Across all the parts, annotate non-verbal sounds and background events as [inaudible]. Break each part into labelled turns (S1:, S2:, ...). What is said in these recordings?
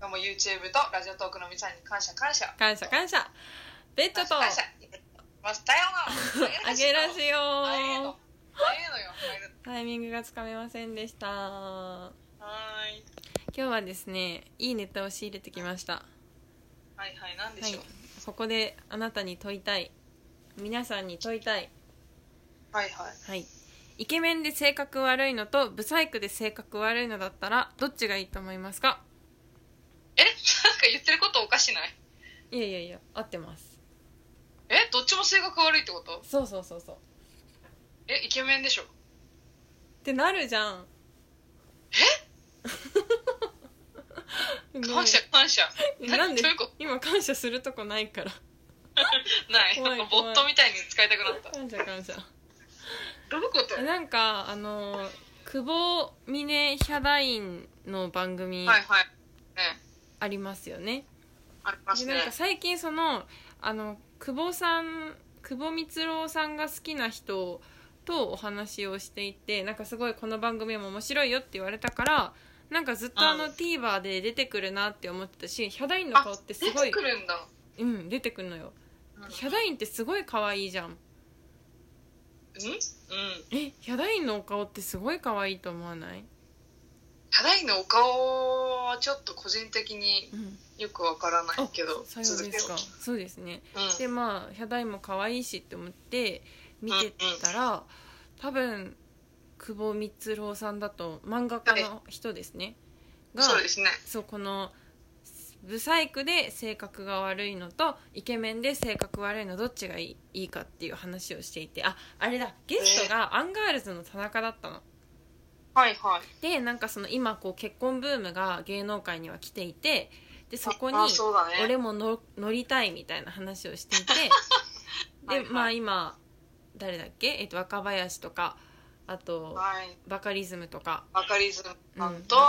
S1: のも YouTube とラジオトークの皆さんに感謝感謝
S2: 感謝感謝ベッチョと
S1: 感謝ましたよ
S2: [laughs] あげらしよ
S1: あええの
S2: う
S1: あええのよあええの
S2: タイミングがつかめませんでした今
S1: はーい
S2: 日はですねいいネタを仕入れてきました
S1: はいはいなんで
S2: は
S1: し
S2: い
S1: ょう、
S2: ここであなたに問いたい皆さんに問いたい
S1: はい、はい
S2: はいイケメンで性格悪いのとブサイクで性格悪いのだったらどっちがいいと思いますか
S1: えなんか言ってることおかしない
S2: いやいやいや合ってます
S1: えどっちも性格悪いってこと
S2: そうそうそうそうっ
S1: えイケメンでしょ
S2: てなるじゃん [laughs] え
S1: 感謝感謝
S2: なんで
S1: どういうこ
S2: 今感謝するとこないから
S1: ない
S2: 怖
S1: ないんかボットみたいに使いたくなった
S2: 感謝感謝
S1: どういうことはい
S2: なんかあの久保峰ヒャダインの番組
S1: はいね
S2: ありますよね、
S1: あります
S2: で
S1: ね
S2: なんか最近そのあの久保さん久保光郎さんが好きな人とお話をしていてなんかすごいこの番組も面白いよって言われたからなんかずっとあの
S1: う
S2: TVer で出てくるなって思ってたしヒャダインの顔ってすご
S1: 出て
S2: い
S1: くるんだ、
S2: うん出てくるのよ
S1: うん、うん
S2: ヒャダインってすごい可愛いじゃん
S1: うん
S2: えヒャダインのお顔ってすごい可愛いと思わない、
S1: ヒャダインのお顔はちょっと個人的に
S2: うん、
S1: よくわからないけど
S2: さようですか
S1: 続
S2: そうですね
S1: けよう、うん、
S2: でまあヒャダインも可愛いしって思って見てたら多分久保光郎さんだと漫画家の人ですねが
S1: そうですね
S2: そうこのブサイクで性格が悪いのとイケメンで性格悪いのどっちがいいいいかっていう話をしていてああれだゲストがアンガールズの田中だったの。
S1: はいはい
S2: でなんかその今こう結婚ブームが芸能界には来ていてでそこに
S1: あそうだね
S2: 俺もの乗りたいみたいな話を
S1: [laughs]
S2: していて
S1: はいは
S2: で
S1: い
S2: まあ今誰だっけ、えっと、若林とかあと
S1: はい
S2: バカリズムとか
S1: バカリズムさんと、
S2: う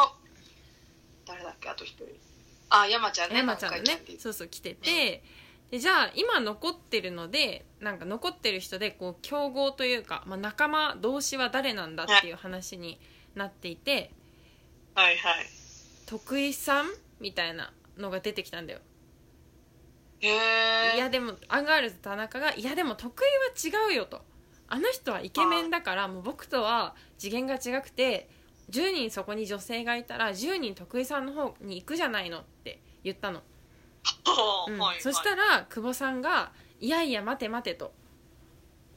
S1: 誰だっけあと一人あ山ちゃんね
S2: 山ちゃんの
S1: 南
S2: ね
S1: 海キャンディーズ
S2: そうそう来ててでじゃあ今残ってるのでなんか残ってる人でこう競合というか、まあ、仲間同士は誰なんだっていう話になっていて
S1: はいはい
S2: 徳井さんみたいなのが出てきたんだよ。
S1: へえ
S2: いやでもアンガールズ田中が「いやでも得意は違うよ」と「あの人はイケメンだからもう僕とは次元が違くて10人そこに女性がいたら10人得意さんの方に行くじゃないの」って言ったの、うんそしたら久保さんが「いやいや待て待て」と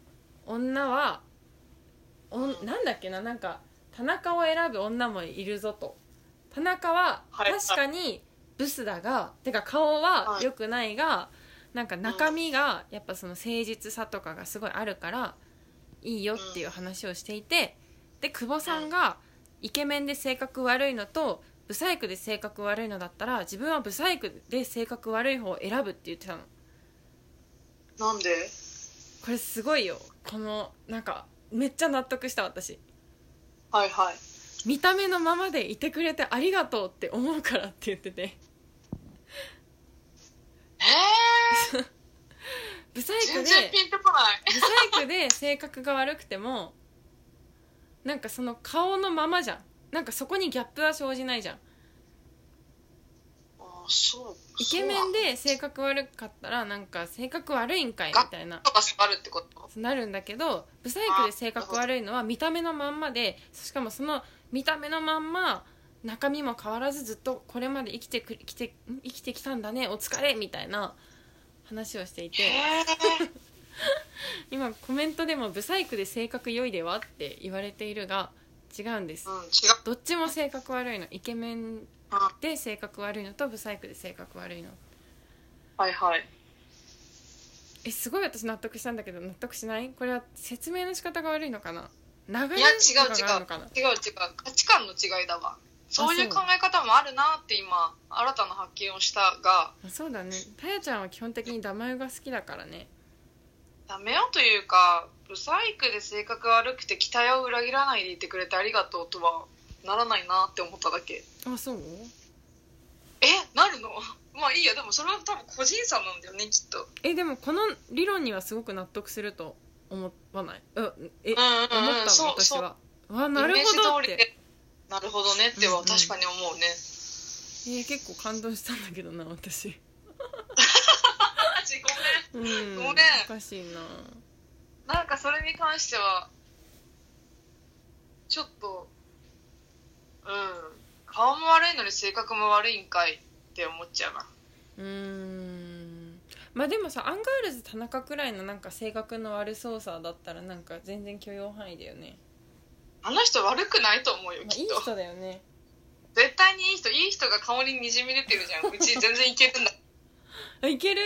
S2: 「女はおんなんだっけななんか田中を選ぶ女もいるぞ」と「田中は
S1: はい
S2: 確かにブスだが、てか顔は良くないが、なんか中身がやっぱその誠実さとかがすごいあるからいいよっていう話をしていてで久保さんがイケメンで性格悪いのとブサイクで性格悪いのだったら自分はブサイクで性格悪い方を選ぶって言ってたの
S1: なんで
S2: これすごいよこのなんかめっちゃ納得した私
S1: はいはい
S2: 見た目のままでいてくれてありがとうって思うからって言ってて
S1: へえ
S2: ブサイク
S1: 全
S2: で
S1: 然ピンとこない
S2: ブサイクで性格が悪くてもなんかその顔のままじゃんなんかそこにギャップは生じないじゃん
S1: あそう
S2: イケメンで性格悪かったらなんか性格悪いんかいみたいな
S1: とか下がるってこと
S2: なるんだけどブサイクで性格悪いのは見た目のまんまでしかもその見た目のまんま中身も変わらずずっとこれまで生きてくきてん生きてきたんだねお疲れみたいな話をしてい
S1: へ
S2: て
S1: え
S2: 今コメントでも「ブサイクで性格良いでは?」って言われているが違うんです
S1: うん違う
S2: どっちも性格悪いのイケメン
S1: うん
S2: で性格悪いのとブサイクで性格悪いの
S1: はいはい
S2: えすごい私納得したんだけど納得しないこれは説明の仕方が悪いのかな流れ
S1: いや違
S2: と
S1: う
S2: か
S1: 違
S2: がある
S1: う
S2: のかな
S1: 違う違う価値観の違いだわそういう
S2: そう
S1: 考え方もあるなって今新たな発見をしたが
S2: まあそうだねたやちゃんは基本的にダマ湯が好きだからね
S1: ダメよというかブサイクで性格悪くて期待を裏切らないでいてくれてありがとうとはならないなって思っただけ
S2: あそう
S1: えなるのまあいいやでもそれは多分個人差なんだよねきっと
S2: えでもこの理論にはすごく納得すると思わないうんえ
S1: うんうんうん
S2: 思ったの
S1: そう
S2: 私
S1: そう
S2: はわなるほどっ
S1: イメージ通り
S2: て
S1: でなるほどねって
S2: うん
S1: は
S2: うん
S1: 確かに思うね、
S2: えー結構感動したんだけどな私
S1: [laughs] マジごめん
S2: うん
S1: ごめん
S2: おかしいな
S1: なんかそれに関してはちょっとうん顔も悪いのに性格も悪いんかいって思っちゃうな
S2: うーんまあでもさアンガールズ田中くらいのなんか性格の悪そうさだったらなんか全然許容範囲だよね、
S1: あの人悪くないと思うよ
S2: まあ、
S1: き
S2: いい
S1: っと
S2: 人だよね
S1: 絶対にいい人いい人が顔ににじみ出てるじゃんうち全然いけるんだ
S2: [laughs] あいける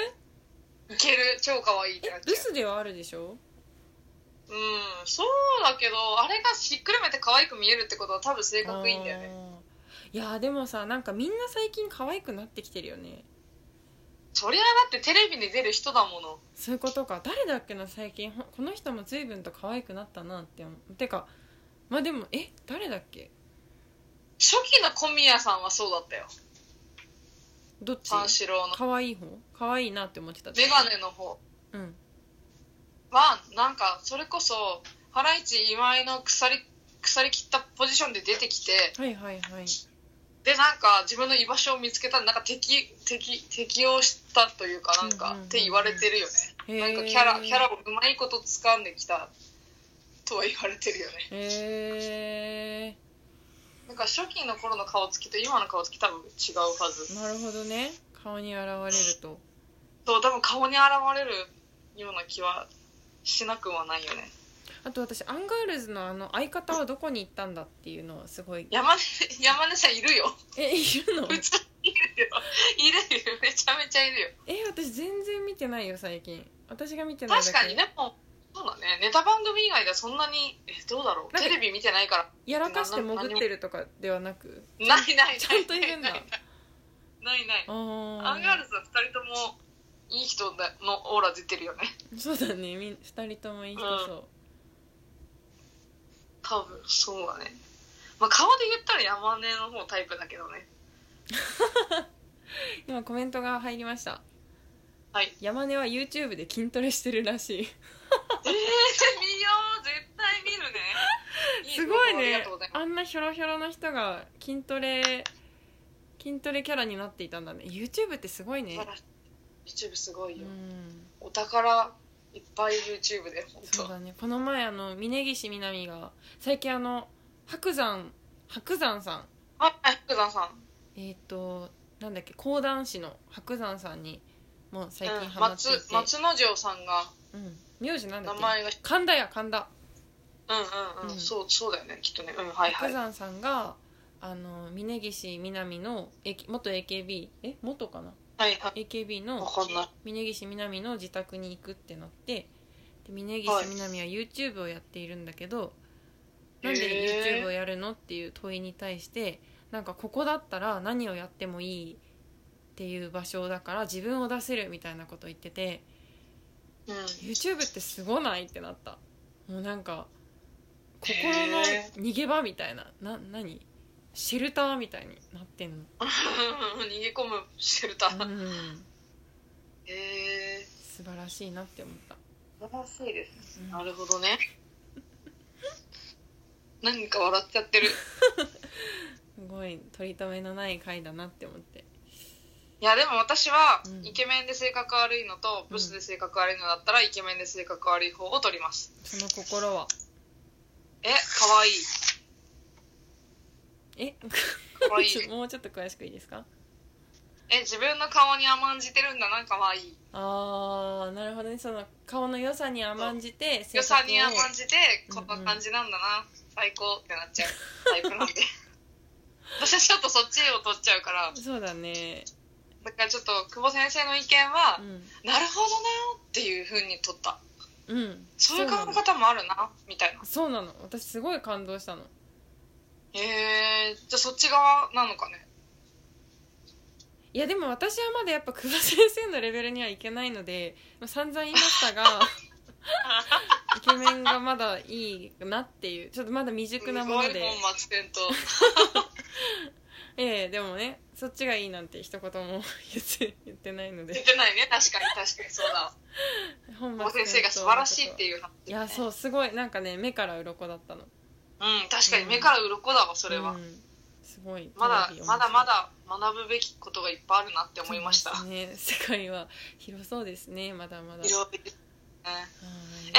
S1: いける超可愛いっ
S2: え
S1: てなっち
S2: ブ
S1: ゃう
S2: スではあるでしょ
S1: うんそうだけどあれがひっくるめて可愛く見えるってことは多分性格いいんだよね
S2: あーいやーでもさなんかみんな最近可愛くなってきてるよね
S1: そりゃだってテレビに出る人だもの
S2: そういうことか誰だっけな最近ほこの人も随分と可愛くなったなって思うてかまあでもえ誰だっけ
S1: 初期の小宮さんはそうだったよ
S2: どっち
S1: 三四郎の
S2: 可愛い方可愛いなって思ってた
S1: メガネの方
S2: うん
S1: はなんかそれこそハライチ今井の腐り腐り切ったポジションで出てきて
S2: はいはいはい
S1: でなんか自分の居場所を見つけたなんか敵敵適応したというかなん
S2: うん
S1: か
S2: うんうん
S1: って言われてるよね
S2: へ
S1: な
S2: ー
S1: んかキャラキャラをうまいこと掴んできたとは言われてるよね
S2: へえ
S1: なんか初期の頃の顔つきと今の顔つき多分違うはず
S2: ー、なるほどね顔に現れると
S1: そう多分顔に現れるような気はしなくはないよね
S2: あと私アンガールズのあの相方はどこに行ったんだっていうのはすごい
S1: 山根 [laughs] 山根さんいるよ
S2: えい
S1: [laughs]
S2: るの
S1: 普通にいるよいるよめちゃめちゃいるよ
S2: え私全然見てないよ最近私が見てないだけ
S1: 確かにでもそうだねネタ番組以外ではそんなにえどうだろう
S2: なんか
S1: テレビ見てないか
S2: やらかして潜ってるとかではなく
S1: [laughs] らないないない
S2: ちゃんといるんだ
S1: [laughs] ないないア
S2: あ
S1: ンガー
S2: ー
S1: ルズは2人ともいい人だのオーラ出てるよね
S2: そうだねみん2人ともいい人そ
S1: 多分そうだねまあ顔で言ったら山根の方タイプだけど
S2: [laughs]
S1: ね
S2: う今コメントが入りました
S1: はい
S2: 山根は YouTube で筋トレしてるらし
S1: え
S2: い
S1: えー、見よう絶対見るね
S2: [laughs] すごい
S1: ありが
S2: ね
S1: とうございます
S2: あんなひょろひょろの人が筋トレ筋トレキャラになっていたんだね YouTube ってすごいね
S1: YouTube すご
S2: う
S1: いよ、
S2: ん
S1: お宝いっぱい YouTube で本
S2: そう
S1: 当
S2: だねこの前あの峯岸みなみが最近あの白山白山さん
S1: はい福田さん
S2: えっ、となんだっけ講談師の白山さんにもう最近
S1: うん
S2: ハマってい
S1: 松
S2: て、
S1: 松之丞さんが
S2: うん、名字なんだ
S1: 名
S2: っけ
S1: 前が
S2: 神田や神田
S1: うんうんうん、
S2: うん
S1: そうそうだよねきっとねうんはいは
S2: 白
S1: い
S2: 山さんがあの峯岸みなみのえき元 AKB え元かな
S1: はいは
S2: AKB
S1: い
S2: の
S1: わかんない
S2: 峯岸みなみの自宅に行くってなってで峯岸みなみは YouTube をやっているんだけど、
S1: へー
S2: なんで YouTube をやるのっていう問いに対してなんかここだったら何をやってもいいっていう場所だから自分を出せるみたいなこと言ってて
S1: うん
S2: YouTube ってすごないってなったもうなんか心の
S1: へ
S2: 逃げ場みたいなな何シェルターみたいになってんの、
S1: [laughs] 逃げ込むシェルター、
S2: うん、
S1: へえ
S2: 素晴らしいなって思った、
S1: 素晴らしいです
S2: うん
S1: なるほどね [laughs] 何か笑っちゃ
S2: [laughs]
S1: ってる
S2: すごい取り留めのない回だなって思って
S1: いやでも私は
S2: うん
S1: イケメンで性格悪いのとブスで性格悪いのだったらイケメンで性格悪い方を取ります
S2: その心は
S1: え可
S2: [laughs]
S1: 愛い
S2: え
S1: 可愛い
S2: も [laughs] うちょっと詳しくいいですか
S1: え自分の顔に甘んじてるんだな可愛い
S2: あーなるほどねその顔の良さに甘んじて性
S1: 予
S2: 格を
S1: 算に甘んじてこんな感じなんだな、最高ってなっちゃうタイプ
S2: [laughs]
S1: なんで私はちょっとそっちを取っちゃうから
S2: そうだね
S1: だからちょっと久保先生の意見は、
S2: う
S1: なるほどなっていうふうに取った
S2: ん、うん、
S1: そういう考
S2: な
S1: え
S2: の
S1: 方もあるなみたいな
S2: そうなの私すごい感動したの
S1: へえじゃあそっち側なのかね
S2: いやでも私はまだやっぱ久保先生のレベルにはいけないのでまあ散々言いまし
S1: [laughs]
S2: たがイケメンがまだいいなっていうちょっとまだ未熟なもの
S1: す
S2: で
S1: ごい本末転倒
S2: ええでもねそっちがいいなんて一言も言って言ってない
S1: 言
S2: の
S1: [laughs] っ
S2: で
S1: てないね確かに確かにそう
S2: [laughs]
S1: だ
S2: 本
S1: 久保先生が素晴らしいって
S2: いう
S1: いう話、ね、
S2: いやそうすごいなんかね目から鱗だったの
S1: うん確かに目から鱗だわそれは、
S2: うんすごい
S1: まだ
S2: テレビ面白い
S1: まだまだ学ぶべきことがいっぱいあるなって思いました。
S2: そうですね世 [laughs] 界は広そうですねまだまだ
S1: いろいろですね
S2: はい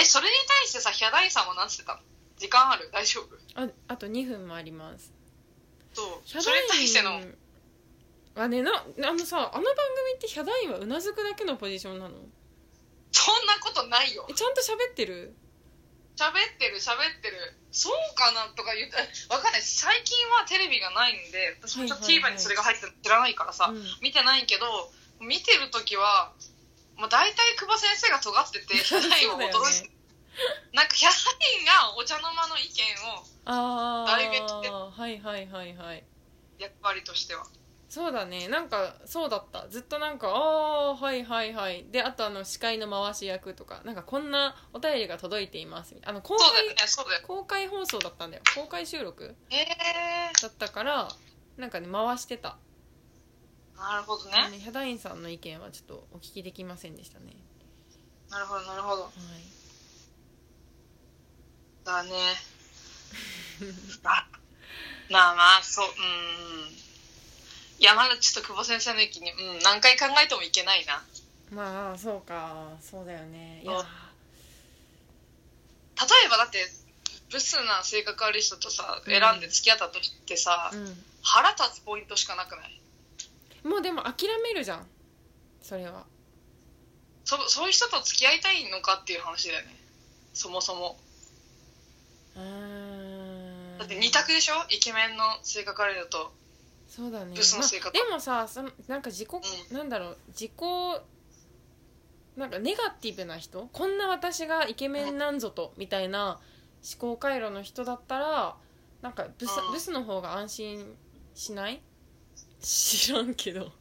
S1: え、それに対してさ、ヒャダインさんは何つってたの時間ある大丈夫
S2: ああと2分もあります
S1: そう。
S2: ヒャ
S1: それに対して
S2: ダ
S1: の、
S2: インはねなあのさあの番組ってヒャダインはうなずくだけのポジションなの
S1: そんなことないよ
S2: え。ちゃんと喋ってる
S1: 喋ってる喋ってるそうかなとか言ってわかんない最近はテレビがないんで私もちょっと
S2: はいは
S1: TVer
S2: いはい
S1: にそれが入ってるの知らないからさ、
S2: うん
S1: 見てないけど見てる時は、まあ、大体久保先生が尖っててヒャダインは
S2: [laughs] そうだ
S1: 驚
S2: よ
S1: い
S2: ね
S1: て、なんかヒャダインがお茶の間の意見を
S2: あ
S1: 代弁して
S2: あはいはいはいはい
S1: 役割としては
S2: そうだねなんかそうだったずっとなんかああーはいはいはいであとあの司会の回し役とかなんかこんなお便りが届いていますあの公
S1: そうだよ
S2: 開
S1: ねそうだよ
S2: 公開放送だったんだよ公開収録
S1: へえ
S2: だったからなんかね回してた
S1: なるほど
S2: あの
S1: ね
S2: ねヒャダインさんの意見はちょっとお聞きできませんでしたね
S1: なるほどなるほど
S2: はい
S1: だね [laughs] あまあまあそううんいやまだちょっと久保先生の意見に、うん、何回考えてもいけないな
S2: まあそうかそうだよねいや
S1: 例えばだってブスな性格悪い人とさ
S2: うん
S1: 選んで付き合ったとってさ、
S2: う
S1: 腹立つポイントしかなくない
S2: んもうでも諦めるじゃんそれは
S1: そそういう人と付き合いたいのかっていう話だよねそもそも
S2: うーん
S1: だって二択でしょイケメンの性格悪いのと
S2: そうだね、
S1: ブスの性
S2: まあ
S1: 格
S2: でもさそのなんか自己、なんだろう自己なんかネガティブな人こんな私がイケメンなんぞとみたいな思考回路の人だったらなんかブス
S1: うん
S2: ブスの方が安心しない知らんけど